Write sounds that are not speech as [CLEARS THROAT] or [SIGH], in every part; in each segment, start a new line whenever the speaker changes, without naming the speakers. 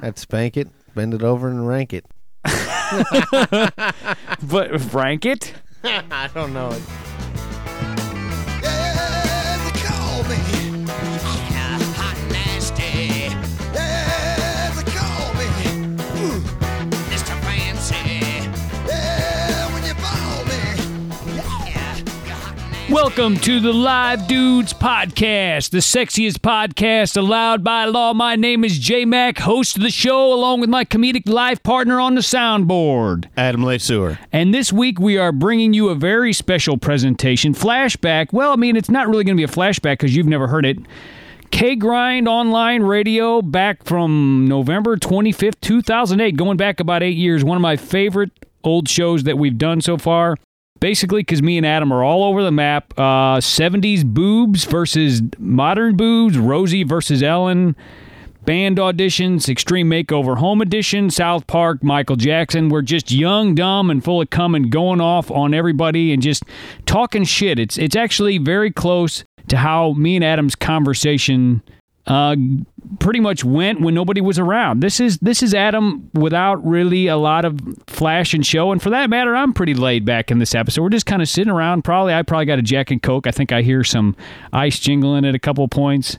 I'd spank it, bend it over, and rank it.
But rank it?
[LAUGHS] I don't know.
Yeah, they call me yeah, hot nasty. Yeah, they call me ooh, Mr. Fancy. Yeah, when you ball me, yeah, you're hot nasty.
Welcome to the Live Dudes Podcast, the sexiest podcast allowed by law. My name is J Mac, host of the show, along with my comedic life partner on the soundboard.
Adam Lesueur.
And this week we are bringing you a very special presentation flashback. Well, I mean, it's not really going to be a flashback because you've never heard it. K Grind Online Radio back from November 25th, 2008, going back about eight years. One of my favorite old shows that we've done so far. Basically, because me and Adam are all over the map uh, 70s boobs versus modern boobs, Rosie versus Ellen, band auditions, Extreme Makeover Home Edition, South Park, Michael Jackson. We're just young, dumb, and full of cum and going off on everybody and just talking shit. It's, it's actually very close to how me and Adam's conversation uh, pretty much went when nobody was around. This is this is Adam without really a lot of flash and show, and for that matter, I'm pretty laid back in this episode. We're just kind of sitting around. Probably I probably got a Jack and Coke. I think I hear some ice jingling at a couple points.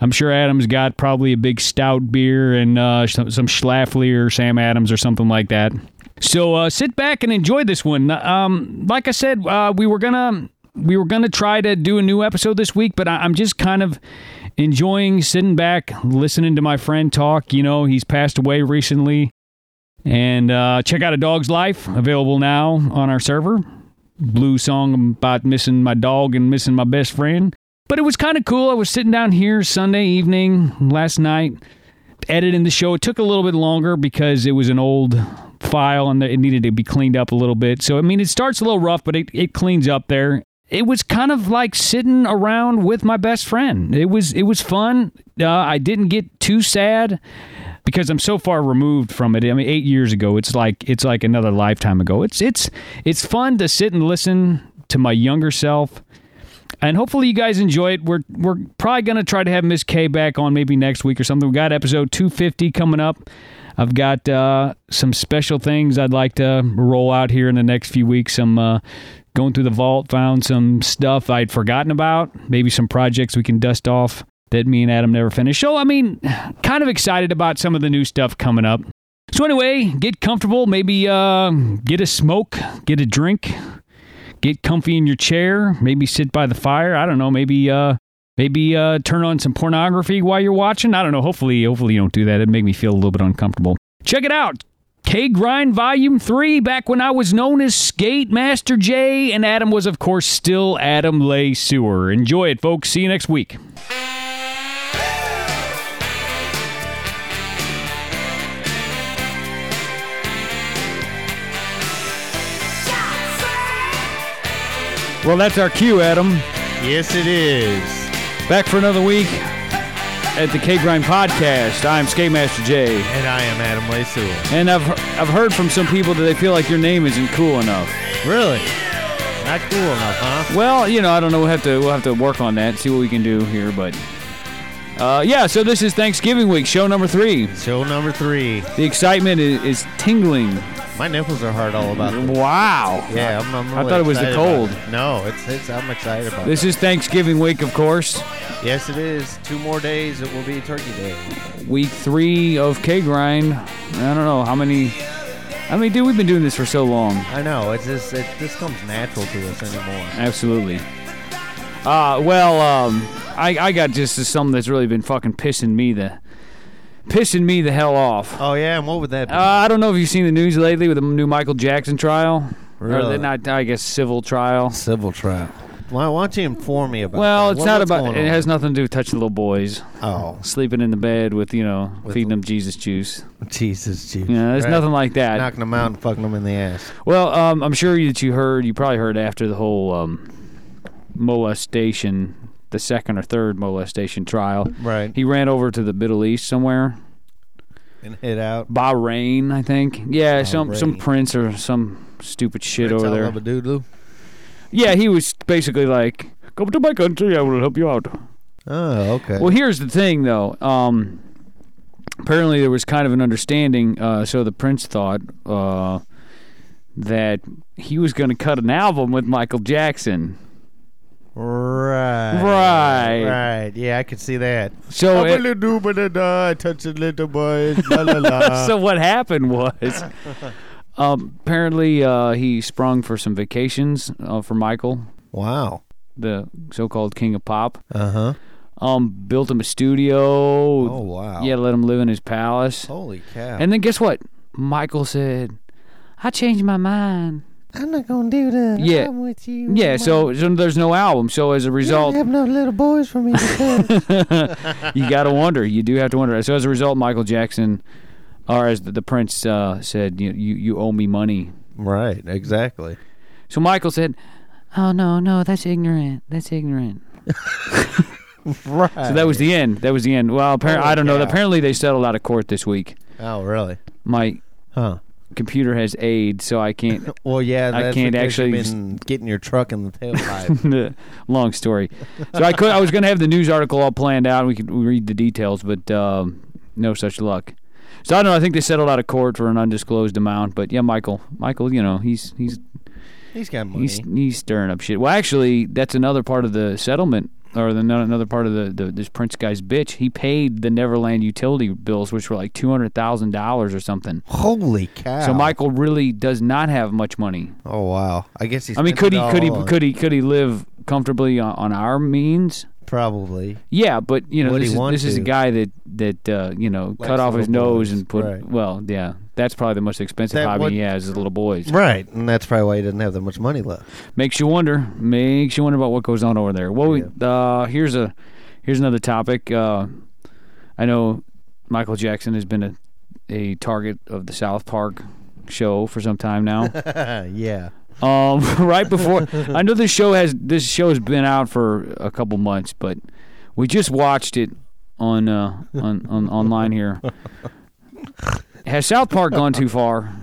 I'm sure Adam's got probably a big stout beer and uh, some some Schlafly or Sam Adams or something like that. So uh, sit back and enjoy this one. Um, like I said, uh, we were gonna we were gonna try to do a new episode this week, but I, I'm just kind of enjoying sitting back, listening to my friend talk. You know, he's passed away recently. And uh, check out A Dog's Life, available now on our server. Blue song about missing my dog and missing my best friend. But it was kind of cool. I was sitting down here Sunday evening last night editing the show. It took a little bit longer because it was an old file and it needed to be cleaned up a little bit. So, I mean, it starts a little rough, but it, it cleans up there. It was kind of like sitting around with my best friend. It was it was fun. Uh, I didn't get too sad because I'm so far removed from it. I mean, eight years ago, it's like it's like another lifetime ago. It's it's it's fun to sit and listen to my younger self and hopefully you guys enjoy it. We're we're probably gonna try to have Miss K back on maybe next week or something. We got episode 250 coming up. I've got uh, some special things I'd like to roll out here in the next few weeks. Some uh, going through the vault, found some stuff I'd forgotten about. Maybe some projects we can dust off that me and Adam never finished. So I mean, kind of excited about some of the new stuff coming up. So anyway, get comfortable. Maybe uh, get a smoke, get a drink get comfy in your chair, maybe sit by the fire. I don't know, maybe uh maybe uh turn on some pornography while you're watching. I don't know. Hopefully, hopefully you don't do that. It'd make me feel a little bit uncomfortable. Check it out. K Grind Volume 3, back when I was known as Skate Master J, and Adam was, of course, still Adam Lay Sewer. Enjoy it, folks. See you next week. Well, that's our cue, Adam.
Yes, it is.
Back for another week at the K Grind Podcast. I'm Skate Master J.
And I am Adam Lesueur.
And I've I've heard from some people that they feel like your name isn't cool enough.
Really? Not cool enough, huh?
Well, you know, I don't know. We'll have to we'll have to work on that. See what we can do here, but. Uh, yeah, so this is Thanksgiving week, show number three.
Show number three.
The excitement is, is tingling.
My nipples are hard all about. It.
Wow.
Yeah, I'm. I'm
Mm-hmm. I
really
thought it was the
excited about
cold.
it. No, it's. It's. I'm excited about.
This is Thanksgiving week, of course.
it. Yes, it is. Two more days, it will be Turkey Day.
Week three of K Grind. I don't know how many. I mean, dude, we've been doing this for so long.
I know. It's just. It, this comes natural to us anymore.
Absolutely. Uh, well, um, I, I got just something that's really been fucking pissing me the pissing me the hell off. Uh,
Oh yeah, and what would that be?
I don't know if you've seen the news lately with the new Michael Jackson trial. Or
Really?
the- not, I guess civil trial.
Civil trial. Why, why don't you inform me about?
Well,
that?
it's
What-
not
what's
about.
going
It
on?
has nothing to do with touching little boys,
Oh,
sleeping in the bed with you know,
With-
feeding them Jesus juice.
Jesus, Jesus.
You know, there's
Right.
nothing like that.
Knocking them out and fucking them in the ass.
Well, um, I'm sure that you heard. You probably heard after the whole um, molestation, the second or third molestation trial.
Right.
He ran over to the Middle East somewhere,
And hit out.
Bahrain, I think. Yeah, some some
Bahrain.
prince or some stupid shit over there.
doodle.
Yeah, he was basically like, "Come to my country, I will help you out."
Oh, okay.
Well, here's the thing, though. Um, apparently there was kind of an understanding. Uh, so the Prince thought uh, that he was going to cut an album with Michael Jackson.
Right.
Right.
Right. Yeah, I could see that.
So it-
I touch a little boy. La, la, la.
[LAUGHS] so what
[LAUGHS]
happened was um, apparently uh, he sprung for some vacations uh, for Michael,
wow.
the so-called king of pop.
Uh huh.
Um, built him a studio.
Oh wow.
Yeah, let him live in his palace.
Holy cow.
And then guess what? Michael said, "I changed my mind."
I'm not gonna do that.
Yeah.
I'm with you.
Yeah,
Mom.
so, so there's no album. So as a
You don't
result,
have no little boys for me. to
[LAUGHS]
touch.
you got to wonder. You do have to wonder. So as a result, Michael Jackson, or as the, the Prince uh, said, you, you you owe me money.
right. Exactly.
So Michael said, "Oh no, no, that's ignorant. That's ignorant."
Right.
So that was the end. That was the end. Well, apparently, I
Holy
don't know.
cow.
Apparently, they settled out of court this week.
Oh really?
My
Huh.
computer has AIDS, so I can't.
Well, yeah.
I
That's
can't
because
actually-
You've been getting your truck in the
[LAUGHS]
tailpipe.
long story. So I could. I was going to have the news article all planned out. We could read the details, but um, no such luck. So I don't know. I think they settled out of court for an undisclosed amount. But yeah, Michael. Michael, you know, he's he's
He's got money.
he's he's stirring up shit. Well, actually, that's another part of the settlement, or the, another part of the, the this Prince guy's bitch. He paid the Neverland utility bills, which were like two hundred thousand dollars or something.
Holy cow.
So Michael really does not have much money.
Oh wow. I guess he's.
I mean, could he could he could he could he live comfortably on, on our means?
probably.
Yeah, but you know,
Would
this,
he
is,
want
this is a
to?
guy that that uh, you know cut off his
little
nose
boys,
and put.
right.
Well, yeah, that's probably the most expensive
That
hobby
would-
he has is little boys.
Right, and that's probably why he doesn't have that much money left. [LAUGHS]
Makes you wonder. Makes you wonder about what goes on over there. Well, we, uh, here's a here's another topic. Uh, I know Michael Jackson has been a a target of the South Park show for some time now.
yeah.
um, [LAUGHS]
[LAUGHS]
right before I know this show has this show has been out for a couple months, but we just watched it on uh, on,
[LAUGHS]
on online here. Has South Park gone too far?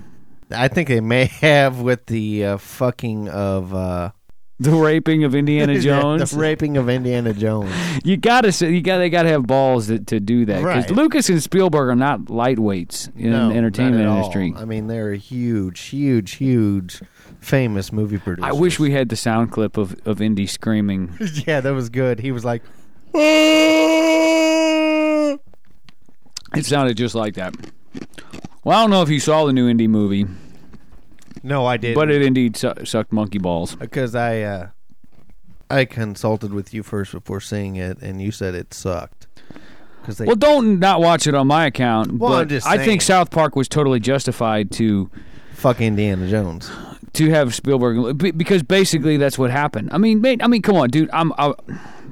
I think they may have with the uh, fucking of uh,
The raping of
[LAUGHS]
Indiana Jones.
the raping of Indiana Jones.
you gotta say you got to they gotta have balls to, to do that because
Right.
Lucas and Spielberg are not lightweights [LAUGHS] in
No,
the entertainment
not at all.
industry.
I mean, they're a huge, huge, huge famous movie producer.
I wish we had the sound clip of of Indy screaming.
[LAUGHS] yeah, that was good. He was like, [LAUGHS] "Ah!"
It sounded just like that. Well, I don't know if you saw the new Indy movie.
no, I did,
But it indeed su- sucked monkey balls.
because I uh, I consulted with you first before seeing it, and you said it sucked. Because they
Well, don't not watch it on my account.
Well,
but
I'm just
I
saying.
think South Park was totally justified to
fuck Indiana Jones.
to have Spielberg be- because basically that's what happened. I mean, mate, I mean, come on, dude. I'm I,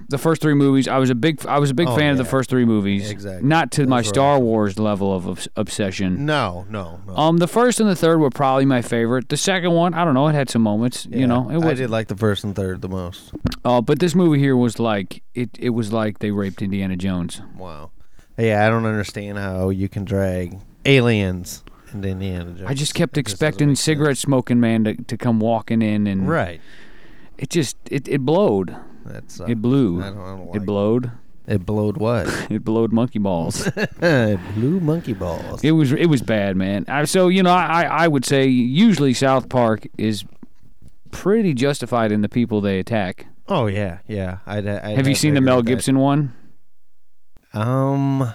the first three movies. I was a big I was a big
Oh,
fan of the
yeah.
first three movies.
Exactly.
Not to my
Those were-
Star Wars level of obs- obsession.
No, no, no.
Um, the first and the third were probably my favorite. The second one, I don't know, it had some moments.
Yeah,
you know, it was.
I did like the first and third the most.
Uh, but this movie here was like it. It was like they raped Indiana Jones.
Wow. Yeah, I don't understand how you can drag aliens and Indiana Jones.
I just kept
It doesn't
expecting
make sense.
cigarette smoking man to, to come walking in and
Right.
it just it, it blowed.
That's uh,
It blew.
I don't, I don't like
it blowed. [LAUGHS]
It blowed what?
It blowed monkey
[LAUGHS]
balls.
it blew monkey balls.
it was it was bad, man. I, so you know, I, I would say usually South Park is pretty justified in the people they attack.
oh yeah, yeah. I'd, I'd
Have you
I'd
seen the
agree
Mel
with that.
Gibson one?
Um.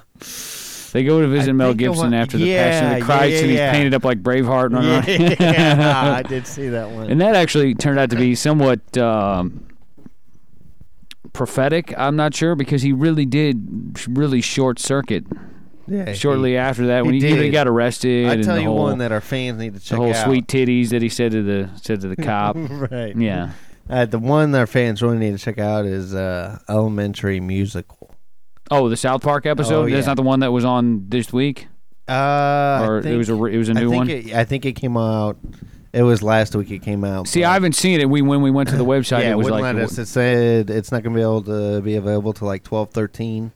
They go to visit
I
Mel
think I
Gibson
want-
after the
yeah,
Passion of the
yeah,
Christ,
yeah,
and he's
yeah.
painted up like Braveheart. And all that.
[LAUGHS] Yeah,
[LAUGHS]
I did see that one.
And that actually turned out to be somewhat um, prophetic. I'm not sure because he really did sh- really short circuit
yeah,
shortly after that when he,
he
even
did.
got arrested.
I
and
tell
the
you
whole,
one that our fans need to check
the whole
out. [LAUGHS]
sweet titties that he said to the said to the cop.
right.
yeah,
Uh, the one that our fans really need to check out is uh, Elementary Musical.
Oh, the South Park episode.
Oh,
That's
yeah.
not the one that was on this week,
Uh,
or
I think,
it was a re- it was a
I
new
think
one.
It, I think it came out. It was last week. It came out.
See,
but-
I haven't seen it. We when
[LAUGHS]
we went to the website,
yeah,
it was
wouldn't
like
let us. It said it's not going to be able to be available till like twelve thirteen,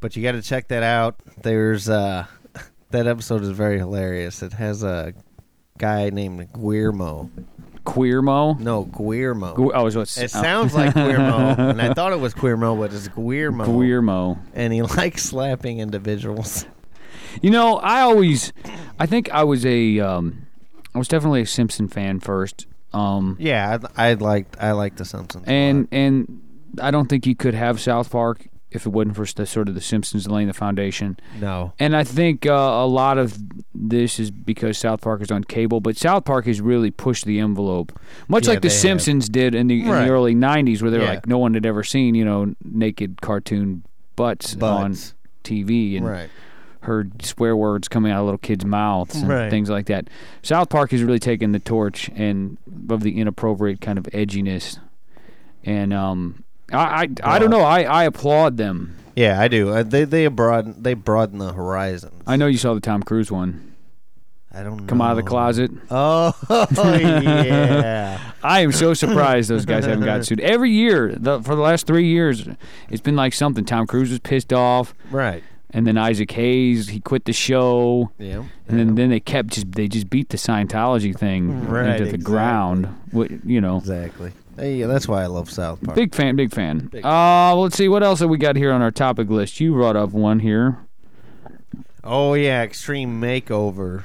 but you got to check that out. There's uh, [LAUGHS] that episode is very hilarious. It has a guy named Guillermo.
Queermo.
No, Guillermo.
Gu- Oh, so it's
it sounds like Guillermo,
[LAUGHS]
and I thought it was Guillermo, but it's Guillermo. [LAUGHS]
Queermo.
and he likes slapping individuals.
You know, I always, I think I was a, um, I was definitely a Simpson fan first, um,
Yeah, I, I liked I liked the Simpsons. a
and
lot.
and I don't think you could have South Park if it wasn't for the sort of the Simpsons laying the foundation.
no,
And I think uh, a lot of this is because South Park is on cable, but South Park has really pushed the envelope, much
Yeah,
like The
they have.
Simpsons did in the, in
Right.
the early '90s, where they were
Yeah.
like no one had ever seen, you know, naked cartoon butts, on
Butts.
TV and
right.
heard swear words coming out of little kids' mouths and
Right.
things like that. South Park has really taken the torch and of the inappropriate kind of edginess, and um, I I, I don't know. I, I applaud them.
Yeah, I do. Uh, they they broaden they broaden the horizons.
I know you saw the Tom Cruise one.
I don't
Come out of the
know.
closet.
Oh [LAUGHS] yeah,
I am so surprised those guys haven't got sued. Every year, the, for the last three years, it's been like something. Tom Cruise was pissed off,
[LAUGHS] right.
and then Isaac Hayes he quit the show,
Yeah,
and then, then they kept just they just beat the Scientology thing
Right,
into the
exactly.
ground. What- You know,
exactly. Hey, yeah, that's why I love South Park.
big fan, big fan.
Big
Uh, let's see what else have we got here on our topic list. You brought up one here.
Oh yeah, Extreme Makeover.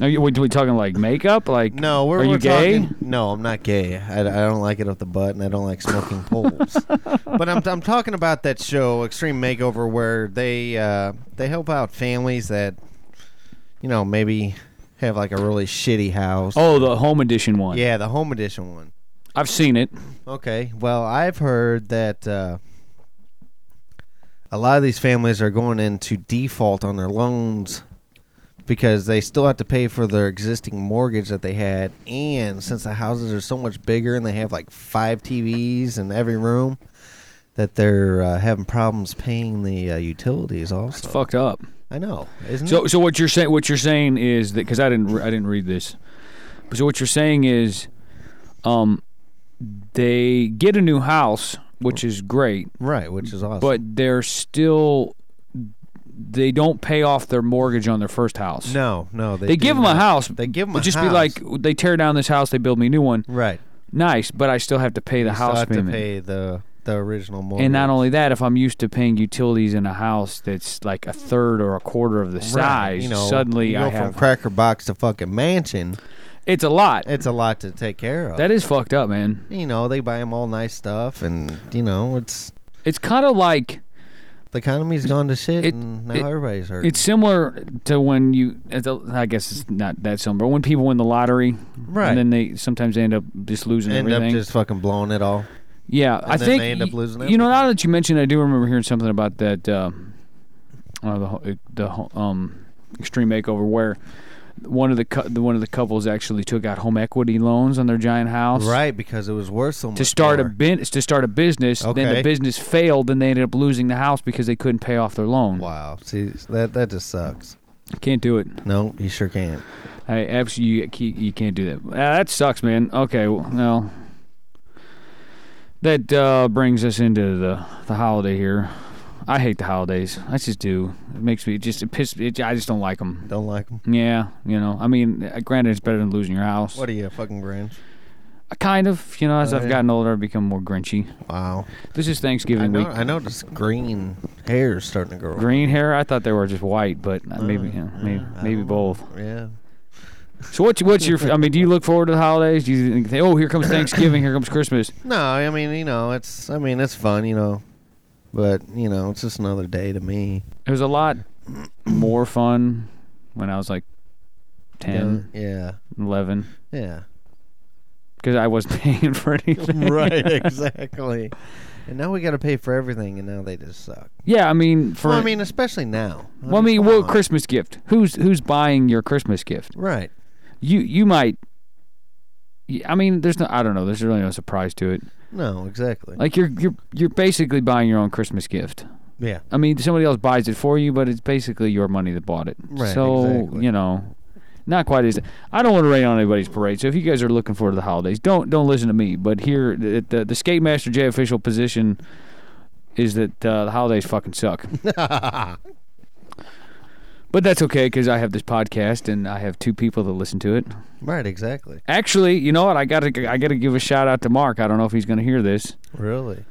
Are you, wait, we talking like makeup? Like
No, we're
are you
we're
gay?
talking- no, I'm not gay. I, I don't like it up the butt, and I don't like
[LAUGHS]
smoking poles. But I'm I'm talking about that show, Extreme Makeover, where they uh, they help out families that you know maybe have like a really shitty house.
Oh, the home edition one.
yeah, the home edition one.
I've seen it.
Okay. Well, I've heard that uh, a lot of these families are going into default on their loans because they still have to pay for their existing mortgage that they had. And since the houses are so much bigger and they have like five TVs in every room, that they're uh, having problems paying the uh, utilities also.
It's fucked up.
I know. Isn't
So,
it?
so what you're saying, what you're saying is that because I didn't, re- I didn't read this. But so what you're saying is, um, they get a new house, which is great,
Right, which is awesome.
but they're still, they don't pay off their mortgage on their first house.
no, no. They,
They
do
give them a
not.
house.
They give 'em
It'd
a
just
house.
be like they tear down this house, they build me a new one.
Right.
Nice, but I still have to pay the
You still
house
have to
payment.
pay the, the original mortgage.
And not only that, if I'm used to paying utilities in a house that's like a third or a quarter of the
Right,
size, suddenly
you go
I
from
have
cracker box to fucking mansion.
it's a lot.
It's a lot to take care of.
That is fucked up, man.
you know, they buy them all nice stuff, and you know, it's
It's kind of like
the economy's gone to shit,
It-
and now
it-
everybody's hurt.
it's similar to when you. it's a- I guess it's not that similar. When people win the lottery,
Right.
And then they sometimes they end up just losing
end
everything.
up just fucking blowing it all.
yeah, I
then
think
they end up losing
You know,
everything.
now that you mentioned, I do remember hearing something about that. Uh, uh, the ho- the ho- um, extreme makeover where one of the, cou- the one of the couples actually took out home equity loans on their giant house,
Right, because it was worth so much.
to start a
more.
bin- to start a business. Then the
Okay.
business failed, and they ended up losing the house because they couldn't pay off their loan.
Wow, see that that just sucks.
Can't do it.
No, you sure can't.
I absolutely you, you can't do that. Ah, that sucks, man. Okay, well, well that uh, brings us into the the holiday here. I hate the holidays. I just do. It makes me it just it piss. It, I just don't like them.
Don't like them.
Yeah, you know. I mean, uh, granted, it's better than losing your house.
What are you, a fucking Grinch?
I kind of, you know, as
Oh,
I've
yeah.
gotten older, I've become more grinchy.
Wow,
This is
I,
Thanksgiving
know,
week.
I noticed green hair's starting to grow.
Green hair. I thought they were just white, but uh, maybe, yeah, maybe,
Uh, I
maybe
don't
both.
Yeah.
So what's what's your? I mean, do you look forward to the holidays? Do you think, oh, here comes Thanksgiving, here comes Christmas?
No, I mean, you know, it's I mean, it's fun, you know. But, you know, it's just another day to me.
It was a lot more fun when I was like
Yeah,
10,
yeah.
11, [LAUGHS]
Yeah.
because I wasn't [LAUGHS] paying for anything.
[LAUGHS] right, exactly. And now we got to pay for everything and now they just suck.
[LAUGHS] Yeah, I mean, for
well, I mean, uh, especially now.
well, I mean,
come
well,
on.
Christmas gift. Who's who's buying your Christmas gift?
Right.
You you might. y- I mean, there's no. I don't know. There's really no surprise to it.
No, exactly.
Like you're you're you're basically buying your own Christmas gift.
yeah.
I mean, somebody else buys it for you, but it's basically your money that bought it.
Right,
So
exactly.
you know, not quite as. I don't want to rain on anybody's parade. So if you guys are looking forward to the holidays, don't don't listen to me. But here, at the the skate master J official position is that uh, the holidays fucking
[LAUGHS]
suck. but that's okay because I have this podcast and I have two people that listen to it.
Right, exactly.
Actually, you know what? I gotta I gotta give a shout out to Mark. I don't know if he's gonna hear this.
Really.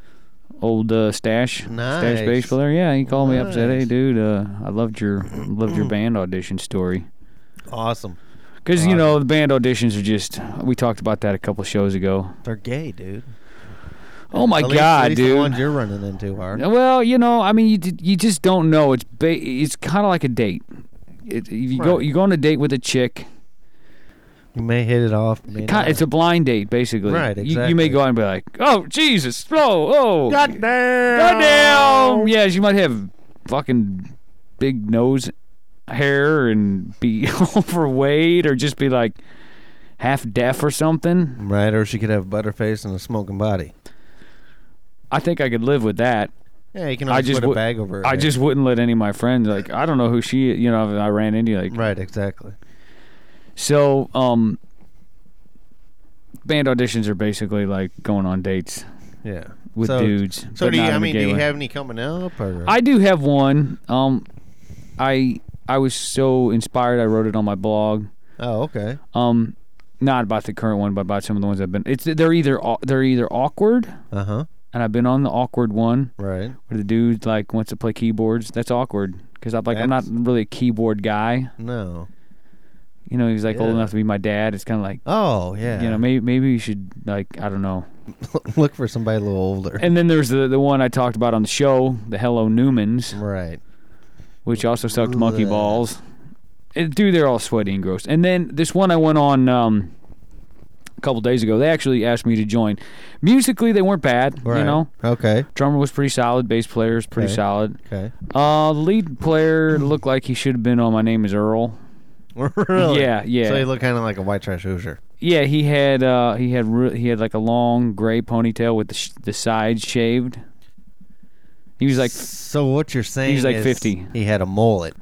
old uh, stash
Nice.
stash bass player. Yeah, he called me up and said,
Nice. Mm.
"Hey, dude, uh, I loved your loved your band audition story."
Awesome.
Because you know the band auditions are just. We talked about that a couple shows ago.
They're gay, dude.
Oh my
At least-
god,
at least
dude!
The ones you're running into are.
Well, you know, I mean, you d- you just don't know. It's ba- it's kind of like a date. It, if you go
Right.
you go on a date with a chick.
You may hit it off. may
ki-
not.
It's a blind date, basically.
Right,
You- You, may
exactly.
go out and be like, "Oh Jesus, oh, oh,
goddamn.
goddamn!" Yeah, she might have fucking big nose hair and be [LAUGHS] overweight, or just be like half deaf or something.
Right, or she could have butterface and a smoking body.
I think I could live with that.
Yeah, you can
I
always
just
put
wou-
a bag over. Her
I
head.
just wouldn't let any of my friends like I don't know who she is, you know I ran into like
Right, exactly.
so um band auditions are basically like going on dates
Yeah.
with
so,
dudes.
So
but
do you?
not in
I
the
mean,
gay
do you
way.
have any coming up? Or?
I do have one. Um I I was so inspired I wrote it on my blog.
oh, okay.
Um not about the current one but about some of the ones I've been it's they're either au- they're either awkward
Uh huh.
and I've been on the awkward one
Right.
where the dude like wants to play keyboards. That's awkward cuz I'm like I'm not
That's-
really a keyboard guy.
No.
You know, he's like old
Yeah.
enough to be my dad. It's kind of like,
Oh yeah.
you know, maybe maybe you should like I don't know.
[LAUGHS] look for somebody a little older.
And then there's the the one I talked about on the show, the Hello Newmans,
right.
which also sucked monkey
Blech.
balls. And, dude, they're all sweaty and gross. And then this one I went on um, a couple days ago. They actually asked me to join. Musically, they weren't bad.
Right.
You know,
Okay.
drummer was pretty solid. Bass player is pretty
Okay.
solid.
Okay. [LAUGHS]
Uh, lead player looked like he should have been on My Name Is Earl.
really?
Yeah, yeah.
So you look kind of like a white trash Hoosier.
Yeah, he had uh, he had re- he had like a long gray ponytail with the sh- the sides shaved. He was like,
So what you're saying?
He's like
is
50.
He had a mullet.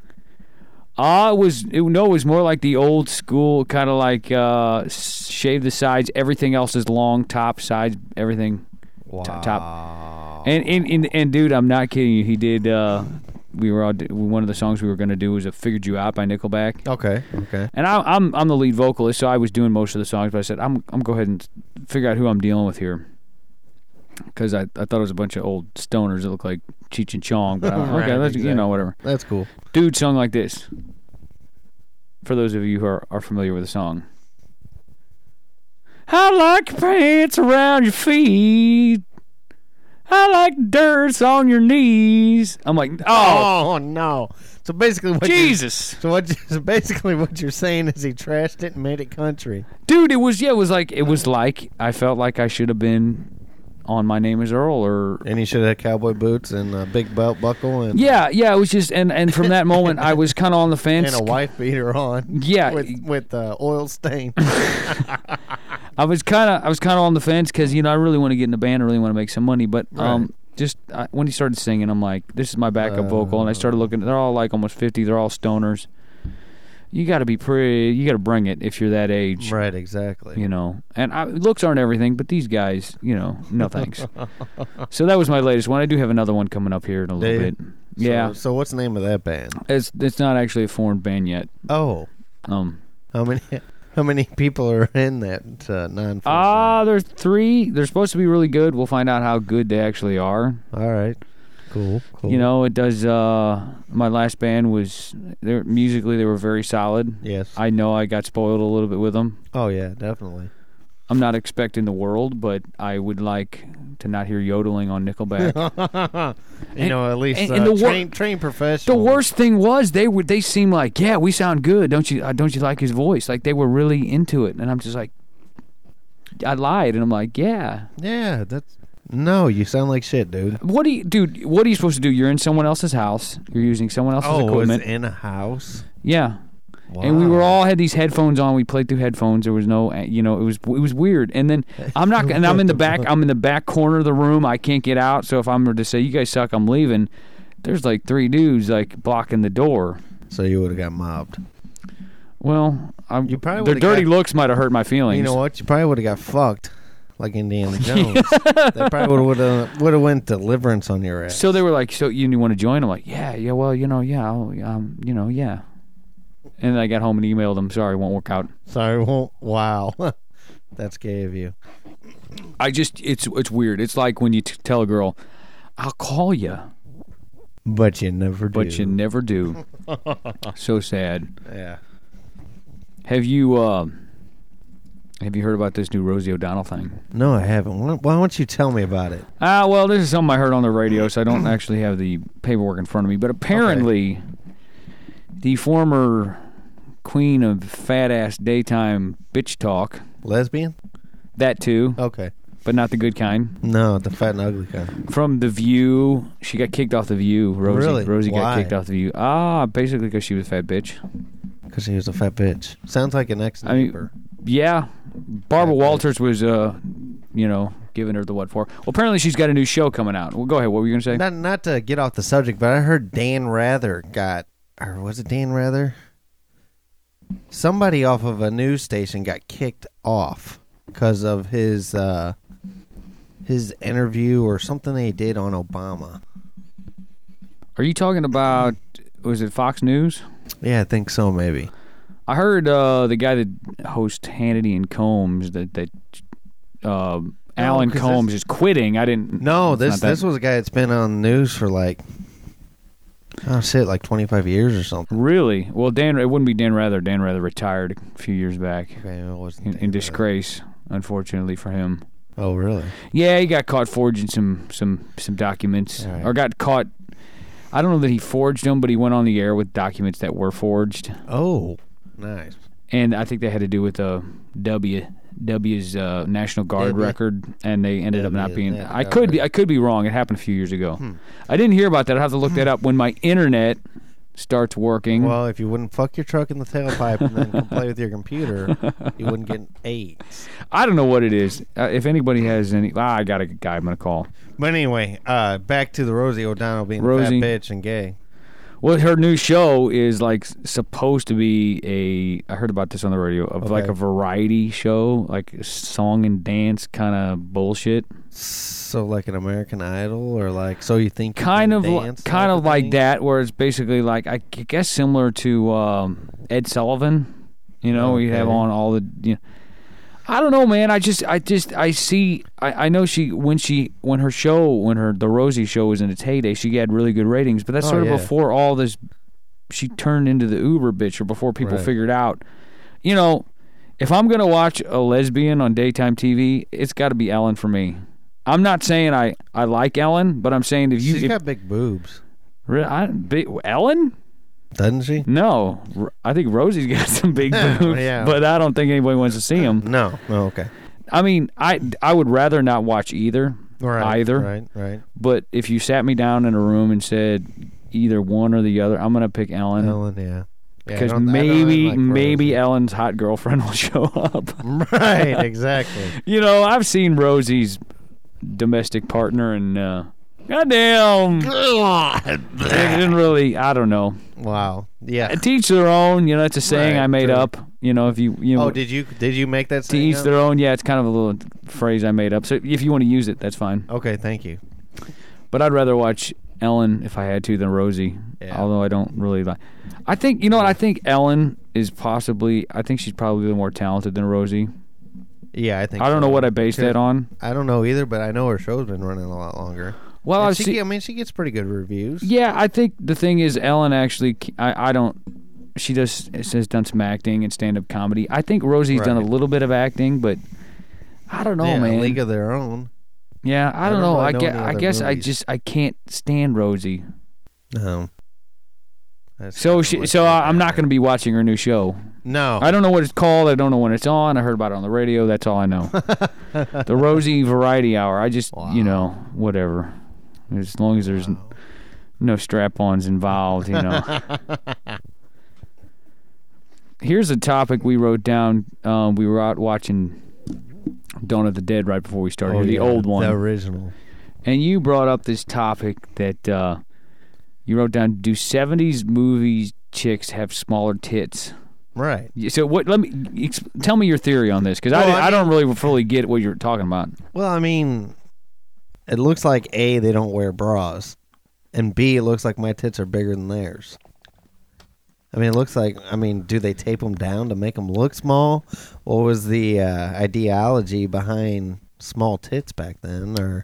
ah, it was it, no, it was more like the old school kind of like uh, s- shave the sides. Everything else is long, top sides, everything.
Wow.
top. And and and, and dude, I'm not kidding you. He did. Uh, we were all d- one of the songs we were gonna do was a "Figured You Out" by Nickelback.
Okay. Okay.
And I, I'm I'm the lead vocalist, so I was doing most of the songs. But I said I'm I'm go ahead and figure out who I'm dealing with here, because I, I thought it was a bunch of old stoners that look like Cheech and Chong. But I,
[LAUGHS]
okay,
Right,
let's you know
exactly.
whatever.
That's cool.
Dude sung like this. For those of you who are, are familiar with the song, I like pants around your feet. I like dirts on your knees. I'm like, oh,
Oh, no. So basically, what you're-
Jesus.
So what? [LAUGHS] So basically, what you're saying is he trashed it and made it country.
dude it was yeah it was like it was like i felt like i should have been on my name is earl or
And he should have had cowboy boots and a big belt buckle and
yeah yeah it was just and and from that moment i was kind of on the fence
and a wife beater on.
[LAUGHS] yeah
With with uh, oil
[LAUGHS]
stain.
i was kind of i was kind of on the fence because you know i really want to get in the band i really want to make some money but um
Right.
just I, when he started singing i'm like this is my backup vocal and i started looking they're all like almost 50 they're all stoners you got to be pretty you got to bring it if you're that age
right. Exactly.
you know. And I, looks aren't everything, but these guys, you know,
[LAUGHS]
no thanks. so that was my latest one. I do have another one coming up here in a little
Dude.
bit. Yeah,
So, so what's the name of that band?
it's it's not actually a foreign band yet.
Oh,
Um,
how many? [LAUGHS] How many people are in that uh, non?
ah, there's three. They're supposed to be really good. We'll find out how good they actually are.
All right. Cool. Cool.
You know, it does. Uh, my last band was they were, musically they were very solid.
Yes.
I know I got spoiled a little bit with them.
oh yeah, definitely.
I'm not expecting the world, but I would like to not hear yodeling on Nickelback.
You know, at least
and-
uh,
and the wor-
train train
The
professional.
worst thing was they would they seemed like yeah we sound good don't you uh, don't you like his voice like they were really into it and I'm just like I lied and I'm like yeah
Yeah, that's no. You sound like shit, dude.
what do you dude what are you supposed to do you're in someone else's house you're using someone else's
Oh, it's
equipment
in a house.
yeah and we
Wow.
were all had these headphones on we played through headphones there was no uh, you know it was it was weird
[LAUGHS]
and then I'm not and I'm in the back I'm in the back corner of the room I can't get out so if I'm to say you guys suck I'm leaving there's like three dudes like blocking the door
So you would have got mobbed.
Well, I'm,
You probably
their
would've
dirty
got-
looks might have hurt my feelings.
You know what? You probably would have got fucked, like
[LAUGHS]
Indiana Jones. they probably would have would have went deliverance on your ass.
So they were like, "So you, you want to join?" I'm like, "Yeah, yeah. Well, you know, yeah, I'll, um, you know, yeah." And I got home and emailed them. Sorry, it won't work out.
Sorry. Won't. Wow. [LAUGHS] That's gay of you.
I just it's it's weird. It's like when you t- tell a girl, I'll call you,
But you never do.
but you
[LAUGHS]
never do. so sad.
yeah.
Have you uh, have you heard about this new Rosie O'Donnell thing?
No, I haven't. Why why don't you tell me about it?
Ah, well, this is something I heard on the radio, so
[CLEARS THROAT]
I don't actually have the paperwork in front of me. But apparently, the former queen of fat ass daytime bitch talk,
Lesbian?
that too,
Okay.
but not the good kind.
No, the fat and ugly kind.
From The View, she got kicked off The View. Rosie,
Really?
Rosie got
Why?
kicked off The View. Ah, basically because she was a fat bitch.
Because he was a fat bitch. Sounds like an ex
I mean-
neighbor.
Yeah, Barbara Walters was, uh, you know, giving her the what for. Well, apparently she's got a new show coming out. Well, go ahead. What were you gonna say?
not not to get off the subject, but I heard Dan Rather got, or was it Dan Rather? Somebody off of a news station got kicked off because of his uh, his interview or something they did on Obama.
Are you talking about? Was it Fox News?
Yeah, I think so. Maybe
I heard uh, the guy that hosts Hannity and Combs that that uh, Alan
'cause
Combs is quitting. I didn't.
no.
it's
This
not that-
this was a guy that's been on the news for like oh shit, like twenty five years or something.
really well. Dan, it wouldn't be Dan Rather. Dan Rather retired a few years back
Okay, it wasn't
in,
Dan
in
Rather.
disgrace, unfortunately for him.
Oh really?
Yeah, he got caught forging some some some documents,
All right.
or got caught. I don't know that he forged them, but he went on the air with documents that were forged,
Oh, nice.
and I think they had to do with uh, W W's uh, National Guard
W.
record, and they ended up not
W, Hmm.
being.
National
I
Guard
could be I could be wrong. It happened a few years ago. I didn't hear about that. I will have to look that up when my internet starts working.
Hmm. [LAUGHS] Well, if you wouldn't fuck your truck in the tailpipe and then come play with your computer, you wouldn't get AIDS.
I don't know what it is. Uh, if anybody has any, ah, I got a guy I'm gonna call.
But anyway, uh, back to the Rosie O'Donnell being
Rosie.
a fat bitch and gay.
Well, her new show is like s- supposed to be a. I heard about this on the radio of like
Okay.
a variety show, like song and dance kind of bullshit,
So like an American Idol or like so you think you
kind
can
of li-
dance
kind
type
of like
thing?
that, where it's basically like I g- guess similar to um, Ed Sullivan. You know, you have
Okay.
on all the. You know, I don't know, man. I just, I just, I see. I, I know she when she when her show when her the Rosie show was in its heyday, she had really good ratings. But that's
Oh,
sort of
yeah.
before all this. She turned into the Uber bitch, or before people
Right.
figured out. You know, if I'm gonna watch a lesbian on daytime TV, it's got to be Ellen for me. I'm not saying I I like Ellen, but I'm saying if you
She's
if,
got big boobs,
Re- I, big, Ellen?
doesn't she?
No, R- I think Rosie's [LAUGHS] got some big boobs,
Yeah.
but I don't think anybody wants to see them.
No. Oh, okay.
I mean, I I would rather not watch either,
Right.
either.
Right. Right.
But if you sat me down in a room and said either one or the other, I'm gonna pick Ellen
Ellen. Yeah. Oh, Yeah, I
Mm. because
don't- I don't
maybe
like
maybe Ellen's hot girlfriend [LAUGHS] will show up.
Rosie. [LAUGHS] right. Exactly.
you know, I've seen Rosie's domestic partner, and uh, goddamn,
[LAUGHS]
it didn't really. I don't know.
Wow.
[LAUGHS]
Yeah.
teach their own. You know, that's a saying
Right,
I made
true.
up. You know, if you you know,
Oh, did you did you make that?
to
saying
each
up?
their own. Yeah, it's kind of a little phrase I made up. So if you want to use it, that's fine.
Okay. Thank you.
But I'd rather watch Ellen if I had to than Rosie.
Yeah.
Although I don't really like. I think you know what I think. Ellen is possibly. I think she's probably more talented than Rosie.
Yeah, I think.
I don't
so.
know what I based
Sure.
that on.
I don't know either, but I know her show's been running a lot longer.
Well,
And
I've
she,
seen.
I mean, she gets pretty good reviews.
Oh, Yeah, I think the thing is Ellen actually. I, I don't. She does has done some acting and stand up comedy. I think Rosie's done a
Right.
little bit of acting, but I don't know,
Yeah,
man.
League of Their Own.
Yeah, I,
I
don't
don't
know.
really
I,
know
guess,
any
I
other
guess I
movies.
just I can't stand Rosie.
No. Um, That's
So
kinda
she,
what
so I, I'm
did.
not going to be watching her new show.
No,
I don't know what it's called. I don't know when it's on. I heard about it on the radio. That's all
[LAUGHS]
I know. the Rosie Variety Hour. I just you know whatever. As long as there's n- no strap-ons involved,
[LAUGHS]
you know. Here's a topic we wrote down. Um, we were out watching Dawn of the Dead right before we started. here, the
Oh, yeah,
old one.
the original.
and you brought up this topic that uh, you wrote down. Do '70s movies chicks have smaller tits?
Right.
Yeah, So what? Let me ex- tell me your theory on this because I,
Well,
didn't-
I
I don't really fully get what you're talking about.
Well, I mean, it looks like a they don't wear bras, and b it looks like my tits are bigger than theirs. I mean, it looks like. I mean, do they tape them down to make them look small? What was the uh, ideology behind small tits back then? Or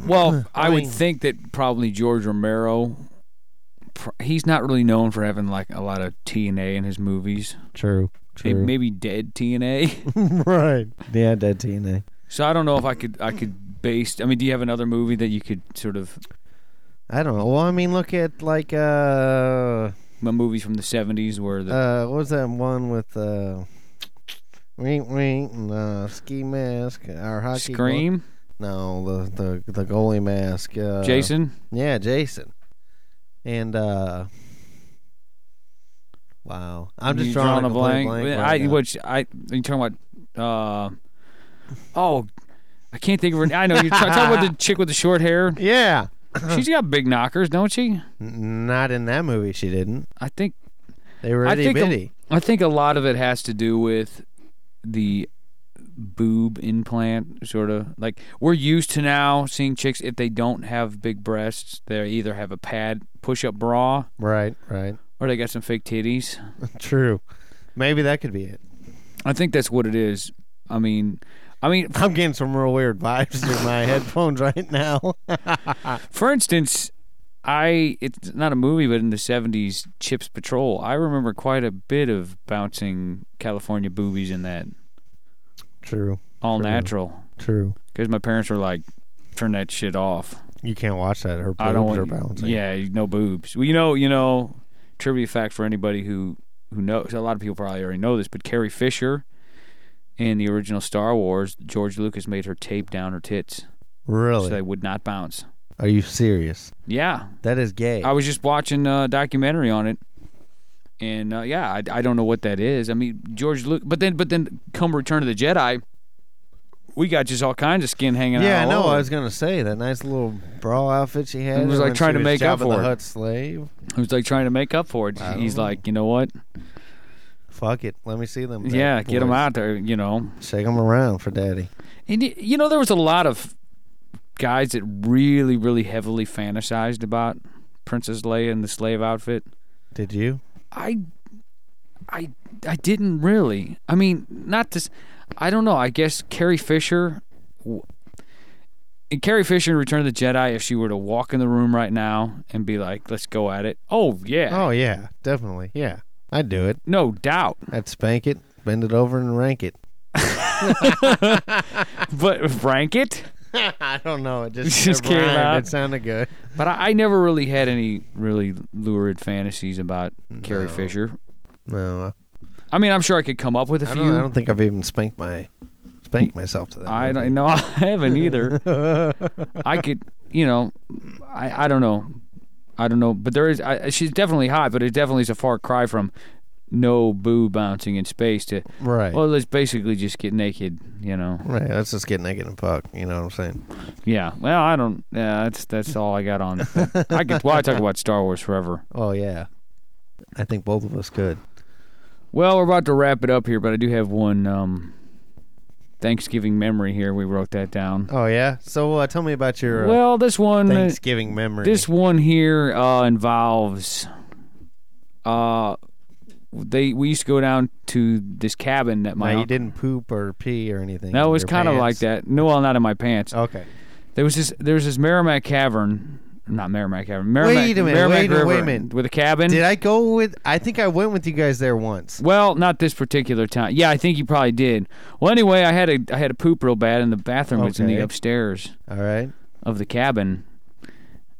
I
Well, I, would
mean-
think that probably George Romero. pr- He's not really known for having like a lot of TNA in his movies.
True. [LAUGHS]
May-
True.
Maybe dead [LAUGHS] TNA.
right. Yeah, dead TNA.
so I don't know if I could. I could base. I mean, do you have another movie that you could sort of
I don't know. Well, I mean, look at like uh,
a movie from the '70s where the
uh, what was that one with uh, wink wink and uh, ski mask or hockey glove-
Scream,
No, the the the goalie mask. Uh,
Jason.
Yeah, Jason. And uh, wow, I'm just
You
drawing,
a blank. I
right now.
which I are you talking about? Uh, oh, I can't think of her. I know you're talking about the chick with the
[COUGHS]
short hair.
yeah,
She's got big knockers, don't she?
N- not in that movie. She didn't.
I think
They were itty
I think a-
bitty.
I think a lot of it has to do with the boob implant sort of like we're used to now seeing chicks if they don't have big breasts they either have a pad push-up bra
Right, right.
or they got some fake titties
True. Maybe that could be it.
i think that's what it is i mean i mean
I'm getting some real weird vibes through
[LAUGHS]
my headphones right now.
For instance, I it's not a movie, but in the '70s, Chips Patrol. I remember quite a bit of bouncing California boobies in that
True.
all natural
True.
because my parents were like, "Turn that shit off."
You can't watch that. Her boobs
I don't
are
want.
bouncing.
Yeah, no boobs. Well, you know, you know, trivia fact for anybody who who knows. A lot of people probably already know this, but Carrie Fisher in the original Star Wars, George Lucas made her tape down her tits
Really?
so they would not bounce.
Are you serious?
Yeah,
That is gay.
I was just watching a documentary on it, and uh, yeah, I, I don't know what that is. I mean, George Luke, but then but then come Return of the Jedi, we got just all kinds of skin hanging
yeah, I
out.
know.
all
I
over.
was gonna say that nice little bra outfit she had.
It was, like,
when she
trying to make up
Jabba
for
the
it.
Hutt slave.
It was like trying to make up for it.
I
He's
don't know.
like, you know what?
Fuck it. Let me see them.
yeah, get him
boys.
out there. You know,
Shake them around for daddy.
and y- you know there was a lot of guys that really really heavily fantasized about Princess Leia in the slave outfit.
Did you?
I, I, I didn't really. I mean, not this. I don't know. I guess Carrie Fisher, w- in Carrie Fisher in Return of the Jedi, if she were to walk in the room right now and be like, "Let's go at it," oh yeah,
Oh yeah, definitely. Yeah, I'd do it.
no doubt. [LAUGHS]
I'd spank it, bend it over, and rank it.
But rank it.
I don't know. It
It
just,
[LAUGHS] just
it
came
rhymed.
out.
It sounded good.
But I, I never really had any really lurid fantasies about Carrie
No.
Fisher.
No, I-
I mean, I'm sure I could come up with a
I
few.
don't, I don't think I've even spanked my spanked myself to that.
I don't know. [LAUGHS] I haven't either. I could, you know, I I don't know, I don't know. But there is. I, she's definitely hot, but it definitely is a far cry from no boo bouncing in space to
Right.
well, let's basically just get naked. You know.
right. Let's just get naked and fuck. You know what I'm saying?
Yeah. Well, I don't. Yeah, that's that's all I got on. it. I could. Well, I talk about Star Wars forever.
Oh yeah. I think both of us could.
Well, we're about to wrap it up here, but I do have one um, Thanksgiving memory here. We wrote that down.
Oh yeah. So uh, tell me about your uh,
Well, this one.
Thanksgiving memory.
This one here uh, involves uh they we used to go down to this cabin that my
now, you didn't poop or pee or anything.
no
in
it was
your
kind of like
pants. Oh.
that no well not in my pants
Okay.
there was this there was this Merrimack Cavern not Merrimack Cavern Merrimack,
Wait a minute,
Merrimack
wait a minute,
River
wait a minute.
with a cabin
Did I go with? I think I went with you guys there once.
well not this particular time yeah I think you probably did well anyway I had a I had a poop real bad and the bathroom was in the
Okay.
upstairs
All right.
of the cabin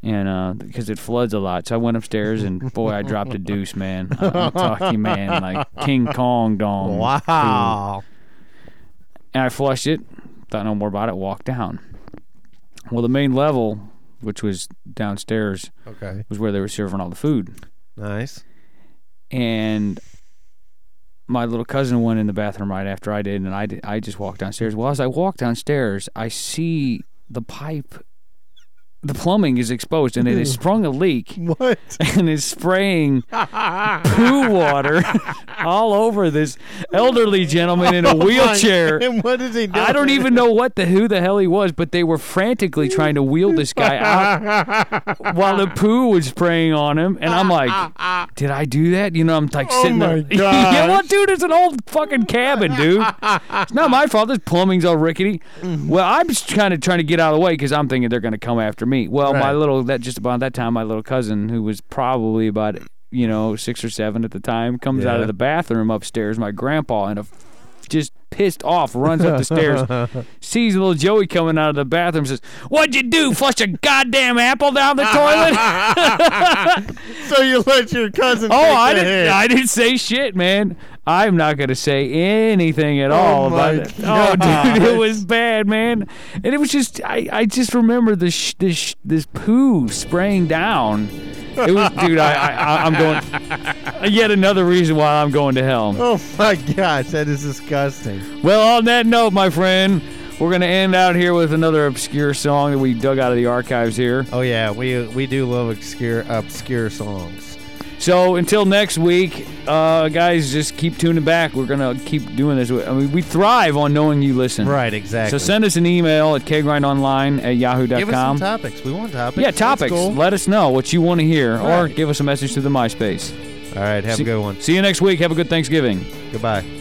and because it floods a lot so i went upstairs and boy i dropped a deuce man I- i'm talking man like king kong
Mm.
dong
Wow.
and i flushed it thought no more about it walked down well the main level which was downstairs
[LAUGHS] Okay.
was where they were serving all the food
Nice.
and my little cousin went in the bathroom right after I did, and I did, I just walked downstairs. Well, as I walk downstairs, I see the pipe the plumbing is exposed and it has sprung a leak
What?
and is spraying poo water all over this elderly gentleman in a wheelchair.
[LAUGHS] And what is he doing? [LAUGHS]
I don't even know what the who the hell he was, but they were frantically trying to wheel
[LAUGHS]
this guy out while the poo was spraying on him, and I'm like, "Did I do that?" You know, I'm like sitting
Oh my
there. [LAUGHS] yeah,
gosh.
what, dude? It's an old fucking cabin, dude. It's not my fault. This plumbing's all rickety.
Mm-hmm.
Well, I'm just kind of trying to get out of the way because I'm thinking they're going to come after me. Well, my
Right.
little that just about that time, my little cousin who was probably about you know six or seven at the time comes out
Yeah.
of the bathroom upstairs. My grandpa in a just pissed off, runs up
[LAUGHS]
the stairs, sees little Joey coming out of the bathroom, says, "What'd you do? Flush a goddamn apple down
[LAUGHS]
the toilet?"
So you let your cousin.
oh,
take
I
the
didn't.
hit.
I didn't say shit, man. I'm not gonna say anything at all
my
about it. Oh, dude, it was bad, man. And it was just, I, I just remember this, sh- this, sh- this poo spraying down. It was, dude. I, I, I- I'm
[LAUGHS]
going. Yet another reason why I'm going to hell.
Oh my gosh, that is disgusting.
Well, on that note, my friend, we're going to end out here with another obscure song that we dug out of the archives here.
Oh yeah, we we do love obscure obscure songs.
So until next week, uh, guys, just keep tuning back. We're going to keep doing this. I mean, we thrive on knowing you listen.
Right, exactly.
So send us an email at kgrindonline at yahoo.com.
Give us some topics. We want topics.
yeah,
That's
topics.
cool.
Let us know what you want to hear or
Right.
give us a message through the MySpace.
All right, have
See-
a good one.
See you next week. Have a good Thanksgiving.
Goodbye.